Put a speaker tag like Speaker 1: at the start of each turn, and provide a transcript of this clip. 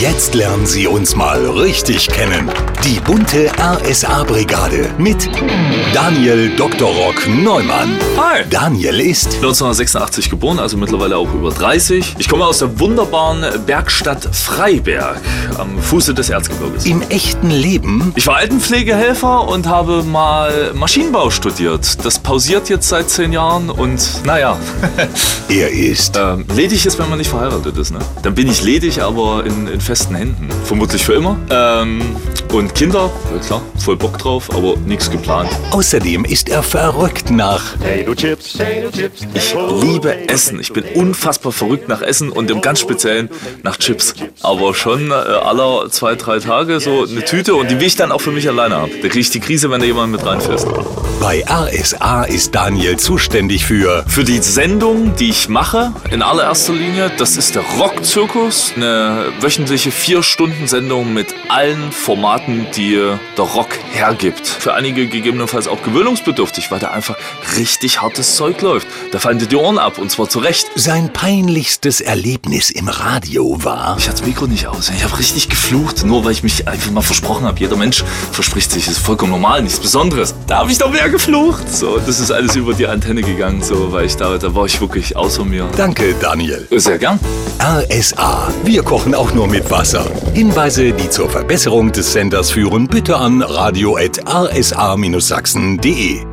Speaker 1: Jetzt lernen Sie uns mal richtig kennen. Die bunte RSA-Brigade mit Daniel Dr. Neumann.
Speaker 2: Hi!
Speaker 1: Daniel ist
Speaker 2: 1986 geboren, also mittlerweile auch über 30. Ich komme aus der wunderbaren Bergstadt Freiberg am Fuße des Erzgebirges.
Speaker 1: im echten Leben
Speaker 2: Ich war Altenpflegehelfer und habe mal Maschinenbau studiert. Das pausiert jetzt seit zehn Jahren und naja,
Speaker 1: Er ist
Speaker 2: ähm, ledig ist, wenn man nicht verheiratet ist. Ne? Dann bin ich ledig, aber in, in festen Händen. Vermutlich für immer. Ähm, und Kinder, ja klar, voll Bock drauf, aber nichts geplant.
Speaker 1: Außerdem ist er verrückt nach
Speaker 3: Potato chips, potato chips.
Speaker 2: Ich liebe Essen. Ich bin unfassbar verrückt nach Essen und im ganz Speziellen nach Chips. Aber schon äh, aller zwei, drei Tage so eine Tüte und die will ich dann auch für mich alleine ab. Da kriege ich die Krise, wenn da jemand mit reinfässt.
Speaker 1: Bei RSA ist Daniel zuständig für
Speaker 2: Für die Sendung, die ich mache, in allererster Linie, das ist der Rockzirkus. Eine wöchentliche Vier-Stunden-Sendung mit allen Formaten, die äh, der Rock hergibt. Für einige gegebenenfalls auch gewöhnungsbedürftig, weil da einfach richtig hartes Zeug läuft. Da fallen dir die Ohren ab und zwar zu Recht.
Speaker 1: sein peinlichstes Erlebnis im Radio war
Speaker 2: Ich hatte das Mikro nicht aus. Ich habe richtig geflucht, nur weil ich mich einfach mal versprochen habe. Jeder Mensch verspricht sich, ist vollkommen normal, nichts Besonderes. Da habe ich doch mehr geflucht. So, das ist alles über die Antenne gegangen, so, weil ich da, da war ich wirklich außer mir.
Speaker 1: Danke, Daniel.
Speaker 2: Sehr gern.
Speaker 1: RSA. Wir kochen auch nur mit Wasser. Hinweise, die zur Verbesserung des Senders führen, bitte an radio.rsa-sachsen.de.